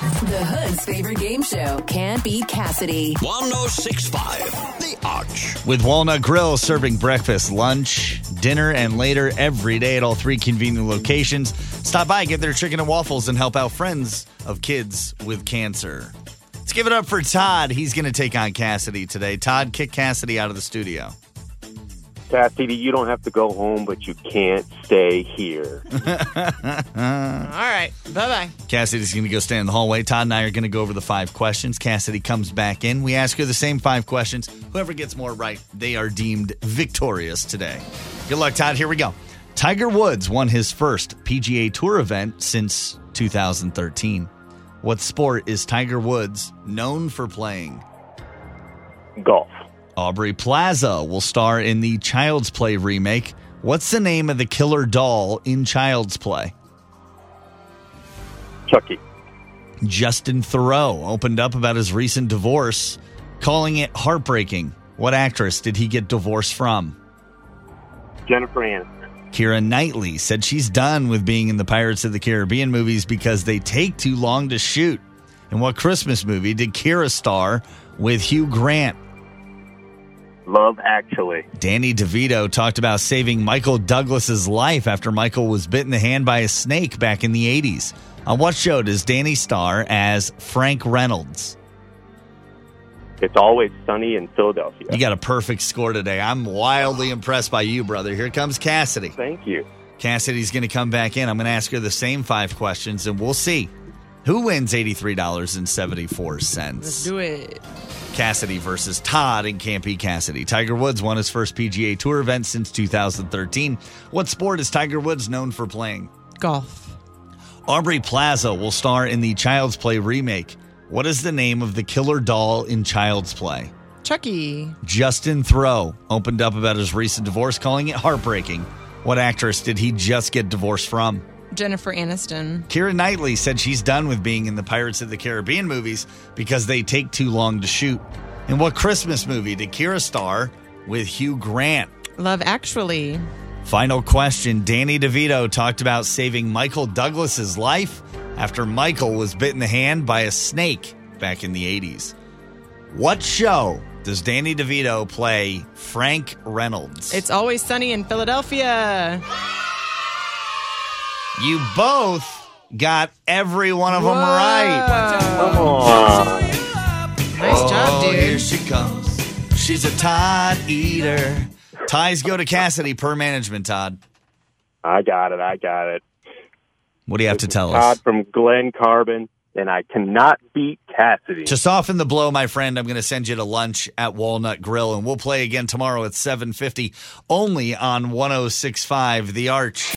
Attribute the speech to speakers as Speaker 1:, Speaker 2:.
Speaker 1: The Hood's favorite game show can't beat Cassidy.
Speaker 2: 1065, The Arch.
Speaker 3: With Walnut Grill serving breakfast, lunch, dinner, and later every day at all three convenient locations. Stop by, get their chicken and waffles, and help out friends of kids with cancer. Let's give it up for Todd. He's going to take on Cassidy today. Todd, kick Cassidy out of the studio.
Speaker 4: Cassidy, you don't have to go home, but you can't stay here.
Speaker 5: All right. Bye bye.
Speaker 3: Cassidy's going to go stand in the hallway. Todd and I are going to go over the five questions. Cassidy comes back in. We ask her the same five questions. Whoever gets more right, they are deemed victorious today. Good luck, Todd. Here we go. Tiger Woods won his first PGA Tour event since 2013. What sport is Tiger Woods known for playing?
Speaker 4: Golf.
Speaker 3: Aubrey Plaza will star in the Child's Play remake. What's the name of the killer doll in Child's Play?
Speaker 4: Chucky.
Speaker 3: Justin Thoreau opened up about his recent divorce, calling it heartbreaking. What actress did he get divorced from?
Speaker 4: Jennifer Aniston.
Speaker 3: Kira Knightley said she's done with being in the Pirates of the Caribbean movies because they take too long to shoot. In what Christmas movie did Kira star with Hugh Grant?
Speaker 4: Love Actually.
Speaker 3: Danny DeVito talked about saving Michael Douglas's life after Michael was bit in the hand by a snake back in the 80s. On what show does Danny star as Frank Reynolds?
Speaker 4: It's always sunny in Philadelphia.
Speaker 3: You got a perfect score today. I'm wildly impressed by you, brother. Here comes Cassidy.
Speaker 4: Thank you.
Speaker 3: Cassidy's going to come back in. I'm going to ask her the same five questions, and we'll see who wins
Speaker 5: Let's
Speaker 3: $83.74.
Speaker 5: do it.
Speaker 3: Cassidy versus Todd and Can't Be Cassidy. Tiger Woods won his first PGA Tour event since 2013. What sport is Tiger Woods known for playing?
Speaker 5: Golf.
Speaker 3: Aubrey Plaza will star in the Child's Play remake. What is the name of the killer doll in Child's Play?
Speaker 5: Chucky.
Speaker 3: Justin Thoreau opened up about his recent divorce, calling it heartbreaking. What actress did he just get divorced from?
Speaker 5: Jennifer Aniston.
Speaker 3: Kira Knightley said she's done with being in the Pirates of the Caribbean movies because they take too long to shoot. In what Christmas movie did Kira star with Hugh Grant?
Speaker 5: Love Actually.
Speaker 3: Final question Danny DeVito talked about saving Michael Douglas's life after Michael was bit in the hand by a snake back in the 80s. What show does Danny DeVito play Frank Reynolds?
Speaker 5: It's always sunny in Philadelphia.
Speaker 3: you both got every one of them right.
Speaker 5: Whoa.
Speaker 4: Aw.
Speaker 5: Nice job,
Speaker 3: Oh,
Speaker 5: dude.
Speaker 3: Here she comes. She's a Todd eater. Ties go to Cassidy per management, Todd.
Speaker 4: I got it. I got it.
Speaker 3: What do you have to tell
Speaker 4: Todd
Speaker 3: us?
Speaker 4: from Glen Carbon, and I cannot beat Cassidy.
Speaker 3: To soften the blow, my friend, I'm going to send you to lunch at Walnut Grill, and we'll play again tomorrow at 7.50, only on 106.5 The Arch.